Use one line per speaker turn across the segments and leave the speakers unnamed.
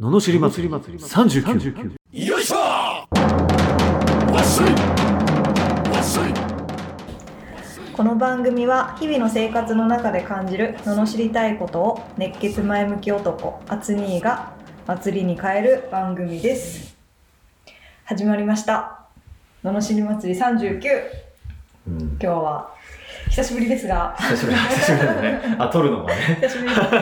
ののしり祭り39
よいしょわっしょいわっしょい
この番組は日々の生活の中で感じる罵りたいことを熱血前向き男アツニーが祭りに変える番組です始まりました罵り祭り39
うん
今日は久しぶりですが
久しぶり久しぶりだねあ撮るのが ね
久しぶりですね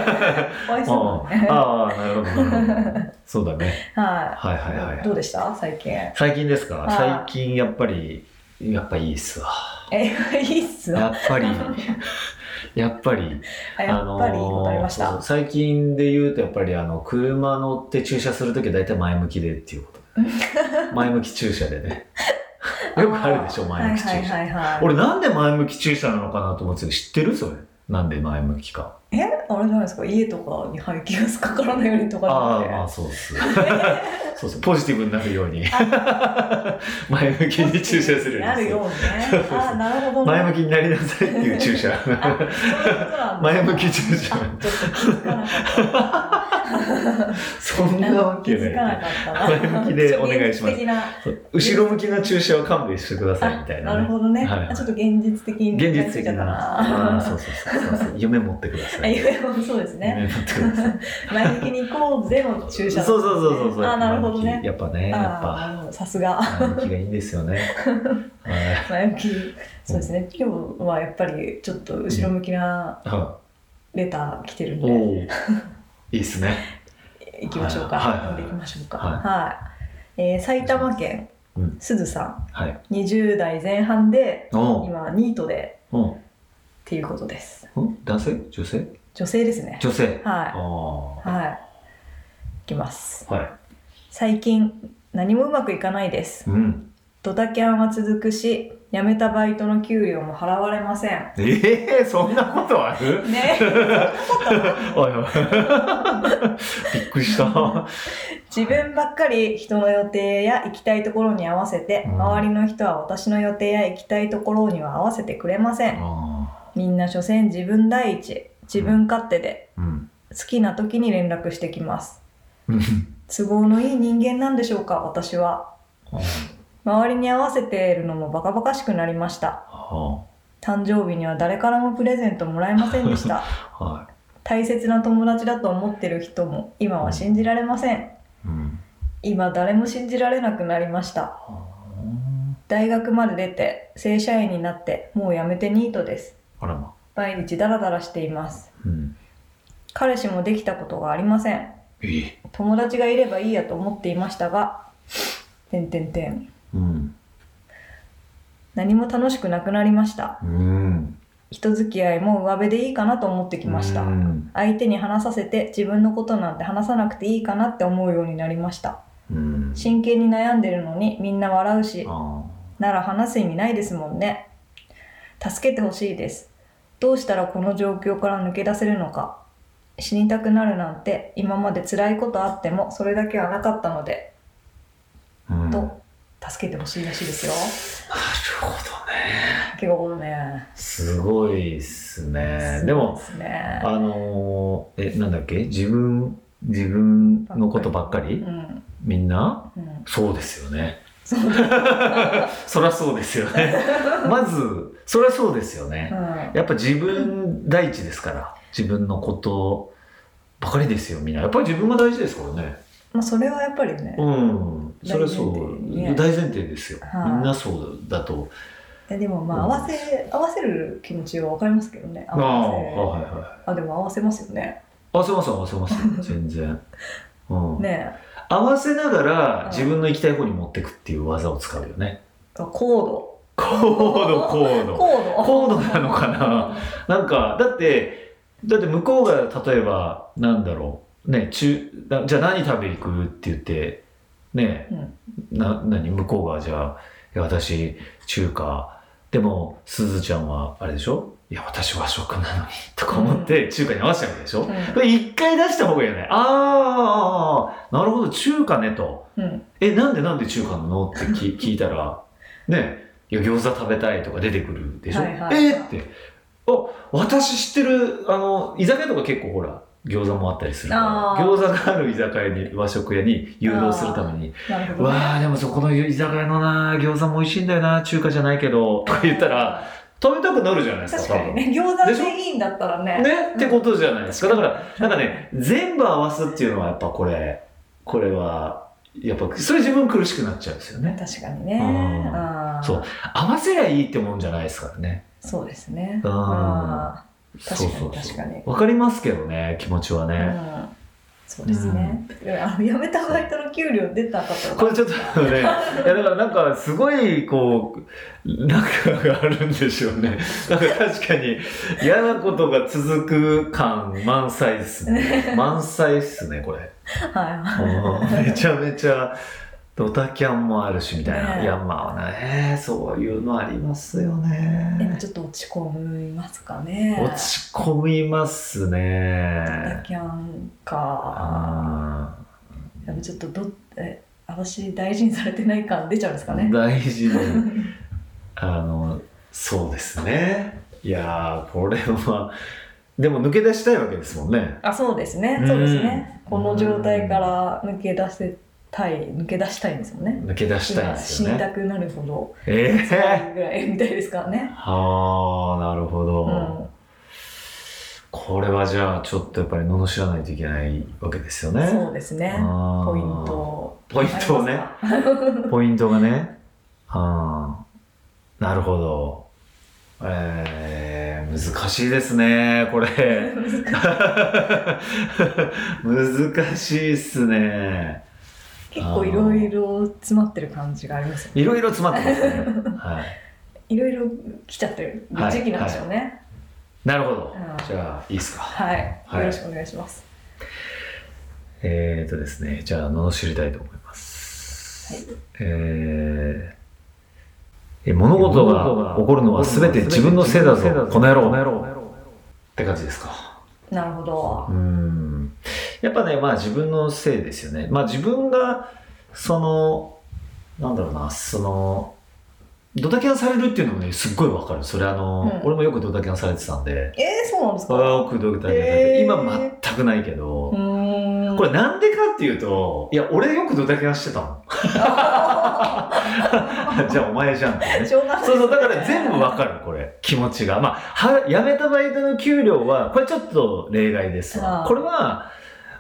お会いするの ね
あああなるほどなるほどそうだね
は
はいはい
い、
はい
どうでした最近
最近ですか
は
最
い
近やっぱりやっぱいいっすわ
えいいっすわ
やっぱ りやっぱり
あやっぱりわかりまし
あのーそう
た
最近で言うとやっぱりあの車乗って駐車するときは大体前向きでっていう こと前向き駐車でねよくあるでしょ前向き駐車、
はいはいはいはい
俺なんで前向き駐車なのかなと思ってたけど知ってるそれなんで前向きか
えあれじゃないですか家とかに排気ガスかからないようにとか
あ
な
あまあ
ん
そうっす そうっすポジティブになるように 前向き
て
に駐車する
なるようにね
そうそうそう
ああなるほどね
前向きになりなさいっていう駐車
あそういうことなんだ
前向き駐車
あちょっと気づかなか
そんな
った
わ
気
け
づか
な
ないかったな
前向きでお願いします
現実的な
そう後ろ向きな駐車を勘弁してくださいみたいな
あ
ね
るほどね、
はい
あちょっと現実的に
現実的
な
な。あーそうそうそうそうそう。夢持ってくださ
あ
い。
夢もそうですね
夢持ってください。
前向きに行こうぜの注射
そうそうそうそうそう。
あなるほどね
やっぱね、やっ
あ
ぱ
ーなるほどさすが
前向きがいいんですよね。はい
前向きそうですね今日はやっぱりちょっと後ろ向きな
は
レター来てるん
い。
で、
おお。い いですね。
行きましょうか、
はい
読んでいきましょうか
は
はい、えー埼玉県、
うん
すずさ
はい。
ん20代前半で
おお。
今ニートで
お
っていうことです
お。ん男性？女性？
女性ですね
女性。あ
は
あ
いはいいきます
ー。は
最近何もうまくいかないです
い。うん。
ドタキャンは続くし辞めたバイトの給料も払われません
ええそんなことある？
ね
おいおい。 びっくりした。
自分ばっかり人の予定や行きたいところに合わせて、
うん
周りの人は私の予定や行きたいところには合わせてくれません
あ
みんな所詮自分第一自分勝手で
ーうん。
好きな時に連絡してきます
うん
都合のいい人間なんでしょうか私は
あー
周りに合わせているのもバカバカしくなりました
あ
誕生日には誰からもプレゼントもらえませんでした
ー。は
大切な友達だと思ってる人も今は信じられません
い。うん。
今誰も信じられなくなりました
あ
大学まで出て正社員になってもう辞めてニートです
ーあらま。
毎日ダラダラしています
うん。
彼氏もできたことがありません
いい。
友達がいればいいやと思っていましたがてんてんてん
うん。
何も楽しくなくなりました
うん。
人付き合いも上辺でいいかなと思ってきました
うん。
相手に話させて自分のことなんて話さなくていいかなって思うようになりました
うん。
真剣に悩んでるのにみんな笑うし
あ
なら話す意味ないですもんね助けてほしいですどうしたらこの状況から抜け出せるのか死にたくなるなんて今まで辛いことあってもそれだけはなかったので
あ。うん。なる
と助けてほしいらしいですよ
ほどね。
結構ね
すごいっすね。でも、
そうですね
あのー、え、なんだっけ自分、自分のことばっか
う
り
ん
みんな
うん
そうですよね。
そうだ
そりゃそうですよね。まず、そりゃそうですよね。
うん
やっぱ自分第一ですから。自分のことばかりですよ、みんな。やっぱり自分が大事ですからね。
まあそれはやっぱりね
うん、それはそ
大前
う、
提ね
大前提ですよ、
はい
みんなそうだと
いやでもまあ合わせ合わせる気持ちは分かりますけどね
ああ
合わ
はいはい
せあでも合わせますよね
合わせます合わせます全然、うん
ねえ
合わせなが
う
ら
ん
自分の行きたい方に持ってくっていう技を使うよね
あコード
高度高度
コード
高度なのかななんかだってだって向こうが例えばなんだろうね中なじゃあ何食べに行くって言ってね、
うん
な何向こうがじゃあいや私中華でもすずちゃんはあれでしょいや私和食なのにとか思って中華に合わせちゃうわけでしょ、
うん
これ一回出した方がいいよねあーあーあーなるほど中華ねと
うん、
えなんでなんで中華なのってき 聞いたらねいや餃子食べたいとか出てくるでしょ、
はいはい
えーってあ私知ってるあの居酒屋とか結構ほら餃子もあったりするから
あー
餃子がある居酒屋に和食屋に誘導するために
なるほど、ね。
わあでもそこの居酒屋のな餃子も美味しいんだよな中華じゃないけどとか言ったら食べたくなるじゃないですか
確かにね、餃
で
子
しょ
でいいんだったら
ね
ね。
ってことじゃないですかだからなんかね全部合わすっていうのはやっぱこれこれはやっぱそれ自分苦しくなっちゃうんですよね
確かにね。
うん
あー
そう合わせりゃいいってもんじゃないですからね
そうですね。
うん
あー確かに
そう
確かに。
わかりますけどね気持ちは
う
ね、
んそうですね。でもあの辞めたバイトの給料出たかと
これちょっと ねいやだからなんかすごいこうなんかがあるんでしょうねなんか確かに嫌なことが続く感満載っす ね満載っすねこれ
はい
うんめちゃめちゃドタキャンもあるしみたいな、
ねえ
いやまあねそういうのありますよ
でも
ね
ちょっと落ち込みますかね。
落ち込みます
ドタ
ね
キャンか。
あ
でもちょっとどえ私大事にされてない感出ちゃうんですか
ー
ね。
大事 にあのそうですねいやーこれはでも抜け出したいわけですもんね
あそうですね
うん
そうですね。この状態から抜け出せたい抜け出したいんですもんね。
抜け出したいですよ
今死に
ね
たくなる ほど
ええ
辛いぐらいみたいですから ね。
はあなるほど、
うん
これはじゃあちょっとやっぱり罵らないといけないわけですよね
そうですね。
あー
ポイント。
ポイントをね。ポイントがねあーなるほどえー、難しいですねこれ難しいっすね
結構いろいろ詰まってる感じがありますよね。
いろいろ詰まってますね、はい、
いろいろ来ちゃってる
はい
時期なんでしょうね。
なるほど
うん
じゃあいいっすか
はい。
はい
よろしくお願いします。
えーとですね、じゃあ、罵りたいと思います。
はい
えーえ物事が起こるのは全て自分のせいだぞ、この野郎って感じですか。
なるほど
う。ん。やっぱね、まあ自分のせいですよね。まあ自分が、その、なんだろうな、その、ドタキャンされるっていうのもね、すっごいわかる。それあの、
うん
俺もよくドタキャンされてたんで、
えー、そうなんですか。
よくドタキャンされて、
へー
今全くないけど、
うーん。
これなんでかっていうと、いや、俺よくドタキャンしてたも ん。じゃあお前じゃんってね。
しょうがない。
そうそう、だから全部わかる、これ。気持ちが。まあ、は、辞めたバイトの給料は、これちょっと例外ですわ
あー
これは、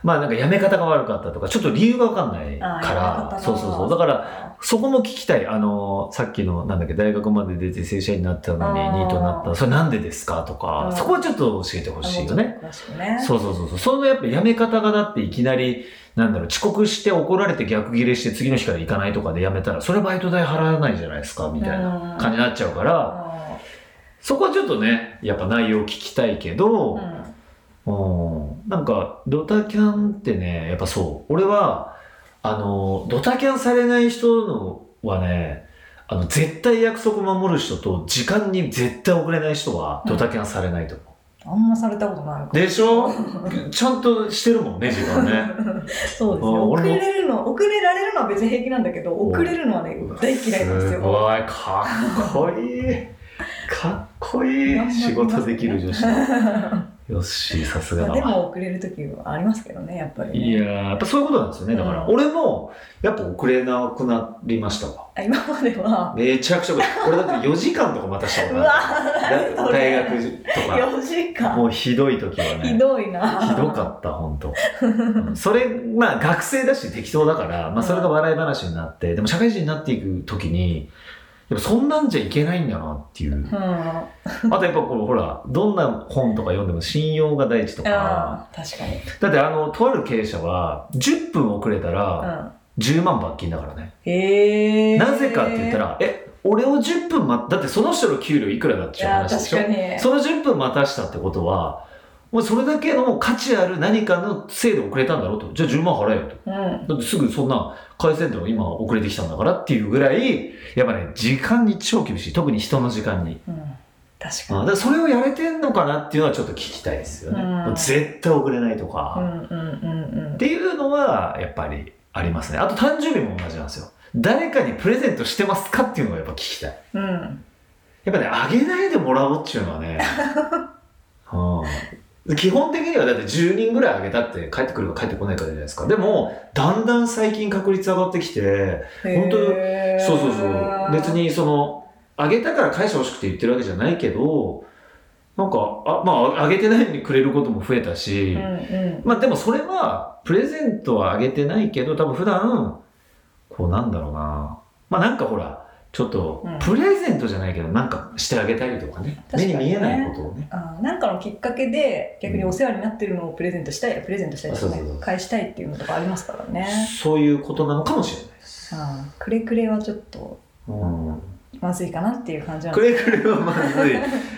まあなんか辞め方が悪かったとか、ちょっと理由がわかんないか
あー辞め方が
ら、そうそうそう。だから、そこも聞きたい。あの、さっきの、なんだっけ、大学まで出て正社員になったのに、
あー
ニートになった。それなんでですかと
う
か
ん、
そこはちょっと教えてほしいよね。
あ。もうちょっと詳しくね。
そうそうそうそう。そのやっぱやめ方がだっていきなり、なんだろう、遅刻して怒られて逆ギレして次の日から行かないとかでやめたら、それバイト代払わないじゃないですか、みたいな
な
感じになっちゃうから、そこはちょっとね、やっぱ内容を聞きたいけど、うんなんか、ドタキャンってね、やっぱそう。俺は、あの、ドタキャンされない人のはね、あの、絶対約束守る人と、時間に絶対遅れない人は、ドタキャンされないと思う。
あんまされたことないか
でし ょちゃんとしてるもんね、時間ね。
そうですね。
あ
遅
俺も
れるの、遅れられるのは別に平気なんだけど、遅れるのはね、 大嫌いなんです
す
よ。
ごい、かっこいい。かっこいい。
頑張ります
仕
ね
事できる女子だ。よっしー、さすがだ
まあで
わ。
も遅れる時はありますけどね、やっぱりね。
いやー、やっぱそういうことなんですよね。だから、
うん
俺も、やっぱ遅れなくなりましたわ。
あ今までは、
めちゃくちゃ遅れ、俺だって4時間とか待たしたこ
う
と
わ
ある
ー、
だ大学と
4時
か、
間。
もうひどい時はね。
ひどいな。
ひどかった、本当。うんそれ、まあ学生だし適当だから、まあそれが笑い話になって、でも社会人になっていく時に、やっぱそんなんじゃいけないんだなっていう。
うん。あ
あとやっぱこのほら、どんな本とか読んでも信用が第一とか、
あ、確かに。
だってあの、とある経営者は、10分遅れた
う
ら
ん。
10万罰金だからね。
へえ。
なぜかって言った、ら、え、俺を10分待っだってその人の給料いくらだっ
い
ていう
や
話で
確
しょ
かに。
その10分待たしたってことは、もうそれだけの価値ある何かの制度遅れたんだろうと。じゃあ10万払えよと。
うん。
だってすぐそんな返せんでも今遅れてきたんだからっていうぐらい、やっぱね、時間に超厳しい。特に人の時間に。
うん。
あ
確か
だからそれをやれてんのかなっていうのはちょっと聞きたいですよね。
うん
もう絶対遅れないとか、
に。う
っ
んうんうん
ていうのはやっぱりありますね。あと誕生日も同じなんですよ。誰かにプレゼントしてますかっていうのがやっぱ聞きたい。
うん。うん。
やっぱね、あげないでもらおうっていうのはね、うん基本的にはだって10人ぐらい上げたって帰ってくるか帰ってこないかじゃないですか。でも、だんだん最近確率上がってきて、本当
へー
そうそうそう。別にその、上げたから返してほしくて言ってるわけじゃないけど、なんか、あまあ、上げてないのにくれることも増えたし、
うんうん
まあでもそれは、プレゼントはあげてないけど、多分普段、こうなんだろうな。まあなんかほら、ちょっと
うん、
プレゼントじゃないけど、なんかしてあげたりとかね。
確かにね
目に見えないことをね。
あーなんかのきっかけで逆にお世話になってるのをプレゼントしたいプレゼントしたいです
あ
ね
そうそうそう
返したいっていうのとかありますからね
そういうことなのかもしれないです。
あーくれくれはちょっと
うん、
まずいかなっていう感じなん
く
です
れくれはまず い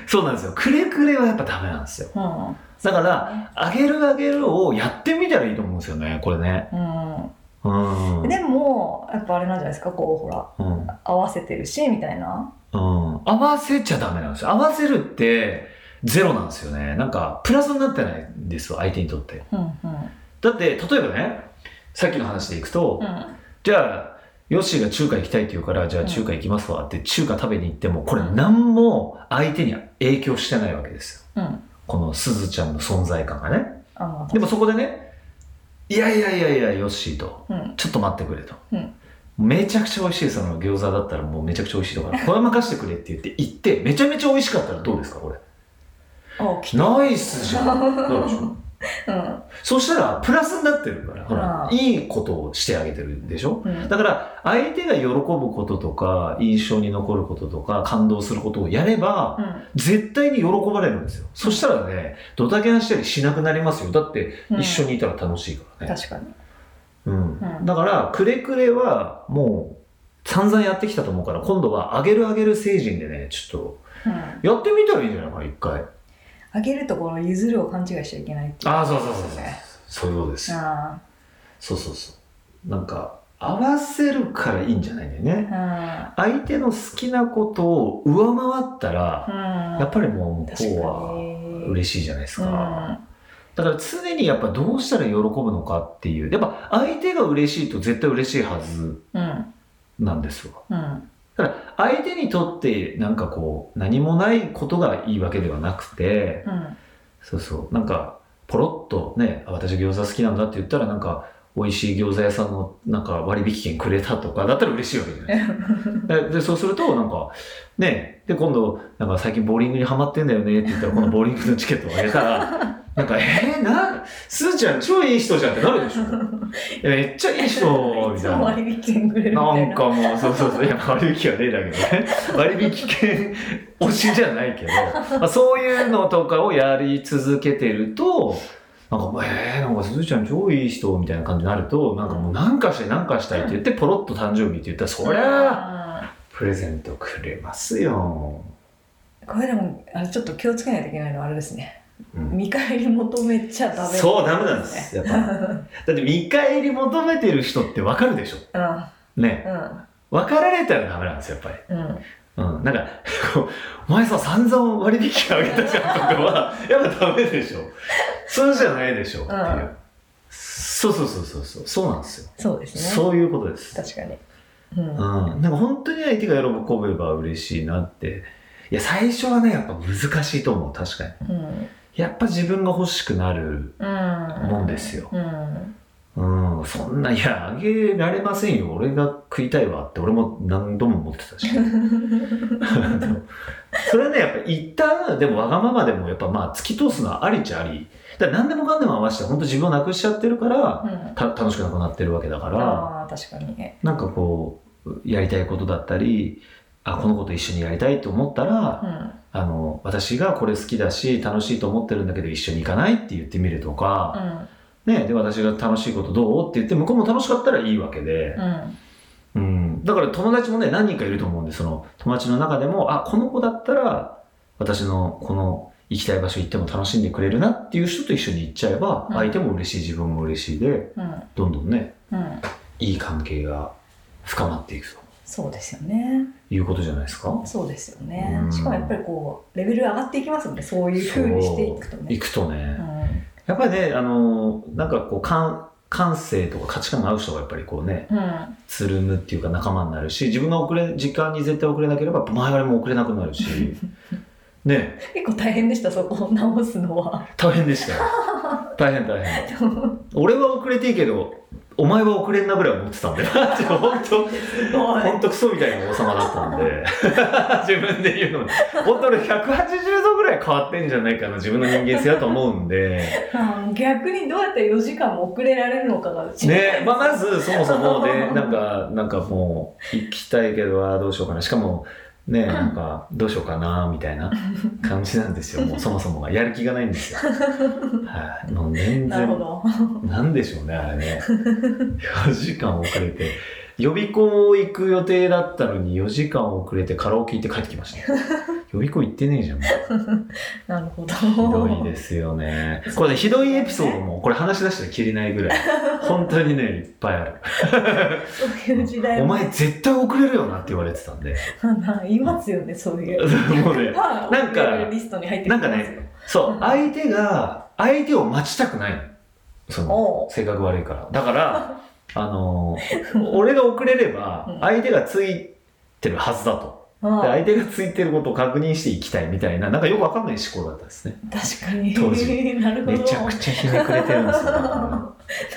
そうなんですよくれくれはやっぱダメなんですよ
うん
だからあげるあげるをやってみたらいいと思うんですよねこれね
う、
うんうんん
でもやっぱあれなんじゃないですかこうほら
うん
合わせてるしみたいな
合わせちゃダメなんですよ合わせるってゼロなんですよねなんかプラスになってないんですよ相手にとって
うんうん
だって例えばねさっきの話でいくと、
うん
じゃあヨッシーが中華行きたいって言うからじゃあ中華行きますわって中華食べに行ってもこれ何も相手に影響してないわけですよ
うん
このすずちゃんの存在感がね
あの
でもそこでねいやいやいやいやヨッシーと
うん
ちょっと待ってくれと、
うん
めちゃくちゃ美味しいその餃子だったらもうめちゃくちゃ美味しいと からこれ任せてくれって言って行ってめちゃめちゃ美味しかったらどうですかこれ
あき
ナイスじゃんどうでしょ う
うん
そしたらプラスになってるからほら
あー
いいことをしてあげてるでしょ
うん
だから相手が喜ぶこととか印象に残ることとか感動することをやれば、絶対に喜ばれるんですよ。そしたらね、ドタキャンしたりしなくなりますよ。だって、
うん
一緒にいたら楽しいからね。
確かに
うん。
うん
だから、くれくれは、もう、散々やってきたと思うから、今度は、あげるあげる成人でね、ちょ
うん
っと、やってみたらいいんじゃないかな、一回。
あげるところ譲るを勘違いしちゃいけないっていう
ああ、そうそうそうそう。そういうことです。
あ
そうそうそう。なんか、合わせるからいいんじゃないんだよね。
あ
相手の好きなことを上回ったら、
うん
やっぱりもう、向
確
こ
か
うは、
に
嬉しいじゃないです
う
か。
ん
だから常にやっぱどうしたら喜ぶのかっていうやっぱ相手が嬉しいと絶対嬉しいはず
うん
なんですよ
うん
相手にとってなんかこう何もないことがいいわけではなくて
うん
そうそうなんかポロッとねあ私餃子好きなんだって言ったらなんか美味しい餃子屋さんのなんか割引券くれたとかだったら嬉しいわけじゃないですかででそうするとなんかねで今度なんか最近ボーリングにハマってんだよねって言ったらこのボーリングのチケットをあげた らなんかえー、なすーちゃん超いい人じゃんってなるで しょいやめっちゃいい人
い
み
つ
たい
も
な
割引券くれる み
な
たい
ん
な
かもう、そうそうそう、いや、割引はねえだけどね。割引券推しじゃないけど、まあ、そういうのとかをやり続けてると、なんか、えー、なんか、すずちゃん超いい人みたいな感じになると、なんかもう、なんかしたい、なんかしたいって言って、ポロッと誕生日って言ったら、そりゃあ、プレゼントくれますよ。
これでもあれちょっと気をつけないといけないのはあれですね、
うん
見返り求めちゃダメ
そう、ダメなんです。やっぱ。だって、見返り求めてる人ってわかるでしょ。
うん
ね。
うん
分かられたらダメなんですよ、やっぱり。
うん
うん、なんかこう「お前さ散々割引上げたじゃん」とかはやっぱダメでしょそうじゃないでしょっていう、
うん
そうそうそうそうそうそうなんですよ、
そうですね
そういうことです、
確かにうん
うん、
うん
なんか本当に相手が喜べば嬉しいなっていや最初はねやっぱ難しいと思う確かに
うん
やっぱ自分が欲しくなるもんですよ、
うん
うん、そんな「いやあげられませんよ俺が食いたいわ」って俺も何度も思ってたしそれはねやっぱ一旦でもわがままでもやっぱまあ突き通すのはありっちゃありだから何でもかんでも合わせて本当自分をなくしちゃってるから
うん
た楽しくなくなってるわけだから
ああ確かにね
なんかこうやりたいことだったりあこの子と一緒にやりたいと思ったら
うん
あの私がこれ好きだし楽しいと思ってるんだけど一緒に行かないって言ってみるとか。
うん
ね、で私が楽しいことどうって言って向こうも楽しかったらいいわけで、
う
う
ん
ん、だから友達もね何人かいると思うんでその友達の中でもあこの子だったら私のこの行きたい場所行っても楽しんでくれるなっていう人と一緒に行っちゃえば、
うん
相手も嬉しい自分も嬉しいで
うん
どんどんね
うん
いい関係が深まっていくと
そうですよね
いうことじゃないですか。
そうですよね
うん
しかもやっぱりこうレベル上がっていきますもんねそういうふうにしていくとね
行くとね、
うん
やっぱりねあのなんかこう感感性とか価値観が合う人がやっぱりこうね
うん
つるむっていうか仲間になるし自分が遅れ時間に絶対遅れなければ前割りも遅れなくなるしね
結構大変でしたそこを直す のは
大変でしたよ大変大変俺は遅れていいけどお前は遅れんなぐらい思ってたんだよちょ本当
すごい
本当クソみたいな王様だったんで自分で言うのも本当俺180度ぐらい変わってんじゃないかな自分の人間性だと思うんで
うん逆にどうやって4時間も遅れられるのかが知りたい
ねまあ、まずそもそもね なんかなんかもう行きたいけどあーどうしようかなしかもねなんかどうしようかなみたいな感じなん ですよもうそもそもがやる気がないんですよはいもう全
なるほ
然
ど
なんでしょうねあれね4時間遅れて予備校行く予定だったのに4時間遅れてカラオケ行って帰ってきました よ予備校行ってねえじゃんもう
なるほど
ひどいですよ ねこれねひどいエピソードもこれ話し出したら切りないぐらい本当にねいっぱいある
そういう時代
お
も
前絶対遅れるよなって言われてたんで
いますよねそういう
もうね
まあ
なんか
遅れるリストに入ってきてますよ
なんかそう相手が相手を待ちたくないのその
おう
性格悪いからだから あの俺が遅れれ
う
ば
ん
相手がついてるはずだと、で
ああ
相手がついてることを確認していきたいみたいななんかよくわかんない思考だったんですね
確かに
当時
なるほ
め
ど
ちゃくちゃひねくれてるん ですよだか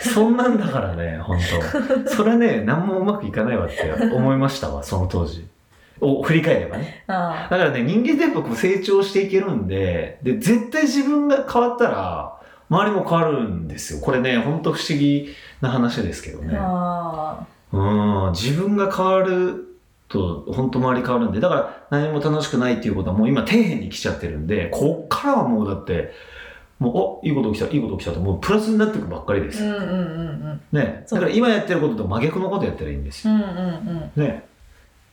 らそんなんだからね本当それはね何もうまくいかないわって思いましたわその当時を振り返ればねだ
あ
からね人間ってやっぱこう成長していけるんでで絶対自分が変わったら周りも変わるんですよこれね本当不思議な話ですけど
あ
ね
あ
うん自分が変わると本当周り変わるんでだから何も楽しくないっていうことはもう今底辺に来ちゃってるんでこっからはもうだってもうあいいこと起きたいいこと起きたともうプラスになっていくばっかりで
う
す、
んうんうん
ねだから今やってることと真逆のことやったらいいんです
う
よ、
んうん
ね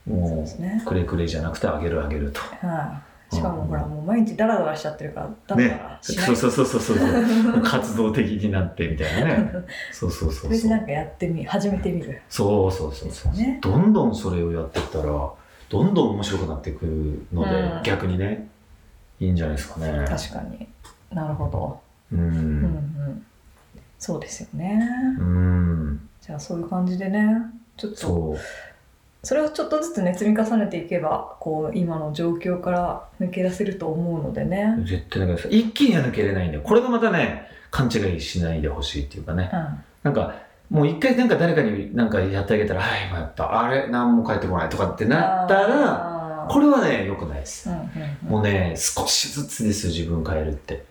うんそう
も
ですね
うくれくれじゃなくてあげるあげると
はいしかもほらもう毎日ダラダラしちゃってるからだったらしない
そうそうそうそうそうそう活動的になってみたいな ねそうそうそ
そうれ
そ
で
う
なんかやってみ始めてみる
そうそうそうそう、
ね
どんどんそれをやってったらどんどん面白くなってくるので、
うん
逆にねいいんじゃないですかね
確かになるほど
う
うんうんんそうですよね
うん
じゃあそういう感じでねちょっと
そう
それをちょっとずつね積み重ねていけばこう今の状況から抜け出せると思うのでね
絶対なんか一気には抜けれないんだよこれがまたね勘違いしないでほしいっていうかね
うん
なんかもう一回なんか誰かになんかやってあげたら「はい今やったあれ何も返ってこない」とかってなったら
あー
これはね良くないです
うんうんうん
もうね、少しずつですよ、自分変えるって。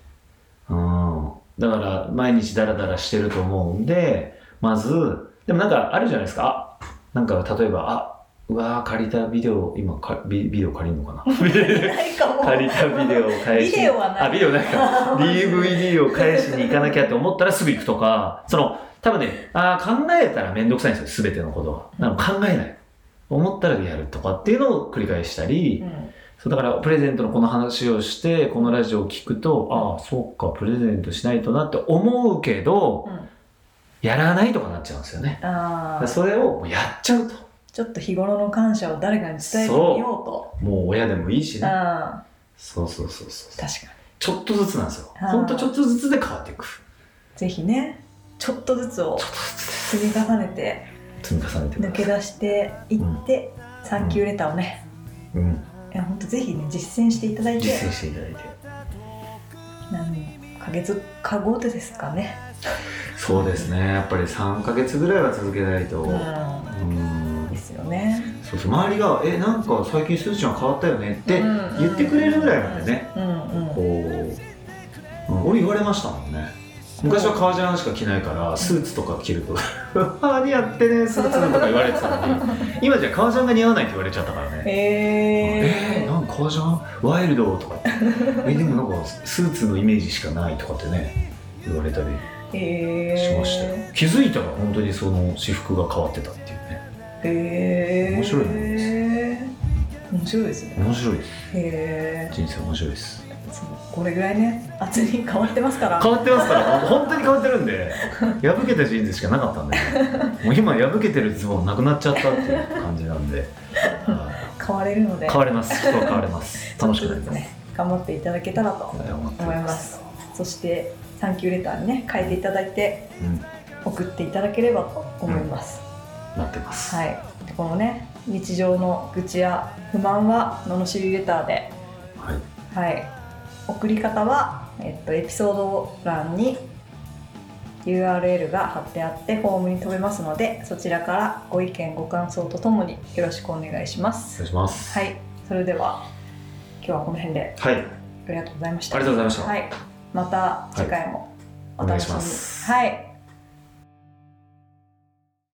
うん。だから、毎日ダラダラしてると思うんで、まず、でもなんかあるじゃないですか。あなんか例えば、あうわー借りたビデオ、今かビ、ビデオ借りるのかな
ないかも
借りたビデオを返しに
ビデオはない
あ、ビデオない か。DVD を返しに行かなきゃって思ったらすぐ行くとか、その、多分ね、あー考えたらめんどくさいんですよ、すべてのことが。なの考えない。思ったらやるとかっていうのを繰り返したり、
うん
そうだからプレゼントのこの話をしてこのラジオを聞くとああそうかプレゼントしないとなって思うけど
うん
やらないとかなっちゃうんですよねだ
あ
から
あ
それをもうやっちゃうと
ちょっと日頃の感謝を誰かに伝えてみよ
もう親でもいいし
うと。
ね
あ
そうそうそうそう
あ、確かに。
ちょっとずつなんですよ
あー
ほんとちょっとずつで変わっていく
ぜひね、ちょっとずつを
ちょっとずつ
積み重ねて、
積み重ねて
抜
くだ
け
さい
出していって、サンキューレターをね、
うん、
いや本当ぜひね、実践していただいて、
実践していただいて
何ヶ月か後でですかね。
そうですねやっぱり3ヶ月ぐらいは続けないと
うん。
うん
ですよね。
そうそう周りが「えなんか最近すずちゃん変わったよね」って
うん
言ってくれるぐらいなんでね、
うんうん。
こう、俺言われましたもんね昔は革ジャンしか着ないからスーツとか着ると 「あ似やってねスーツ」とか言われてたのに今じゃ革ジャンが似合わないって言われちゃったからねえ
え
ー、
ー
なんか革ジャンワイルドとか言ってえでもなんかスーツのイメージしかないとかってね言われたり
えー、
しましたよ、気づいたら本当にその私服が変わってたっていうね
えー、
面白いもん
面白いですね。
面白いです
へ
人生面白いです
ーそうこれぐらいね、厚に変わってますから。
変わってますから本当に変わってるんで破けたジーンズしかなかったんでもう今破けてるズボンなくなっちゃったっていう感じなんでは
変われるので
い変われます人は変われます楽しくなり
ちょっとずつ
ます、
ね頑張っていただけたらと思い
はい思って
ま
ます
すそしてサンキューレターにね書いていただいて
うん
送っていただければと思います、
なってます、
はいでこのね日常の愚痴や不満は罵りレターで
はい
はい、送り方は、えっと、エピソード欄に URL が貼ってあってフォームに飛べますのでそちらからご意見ご感想とともによろしくお願いしま
お
す
願いします
はいそれでは今日はこの辺で
はい、
ありがとうございました
ありがとうございました
はい、また次回もお
お願
楽
い
し
し
み
ま
に
す
はい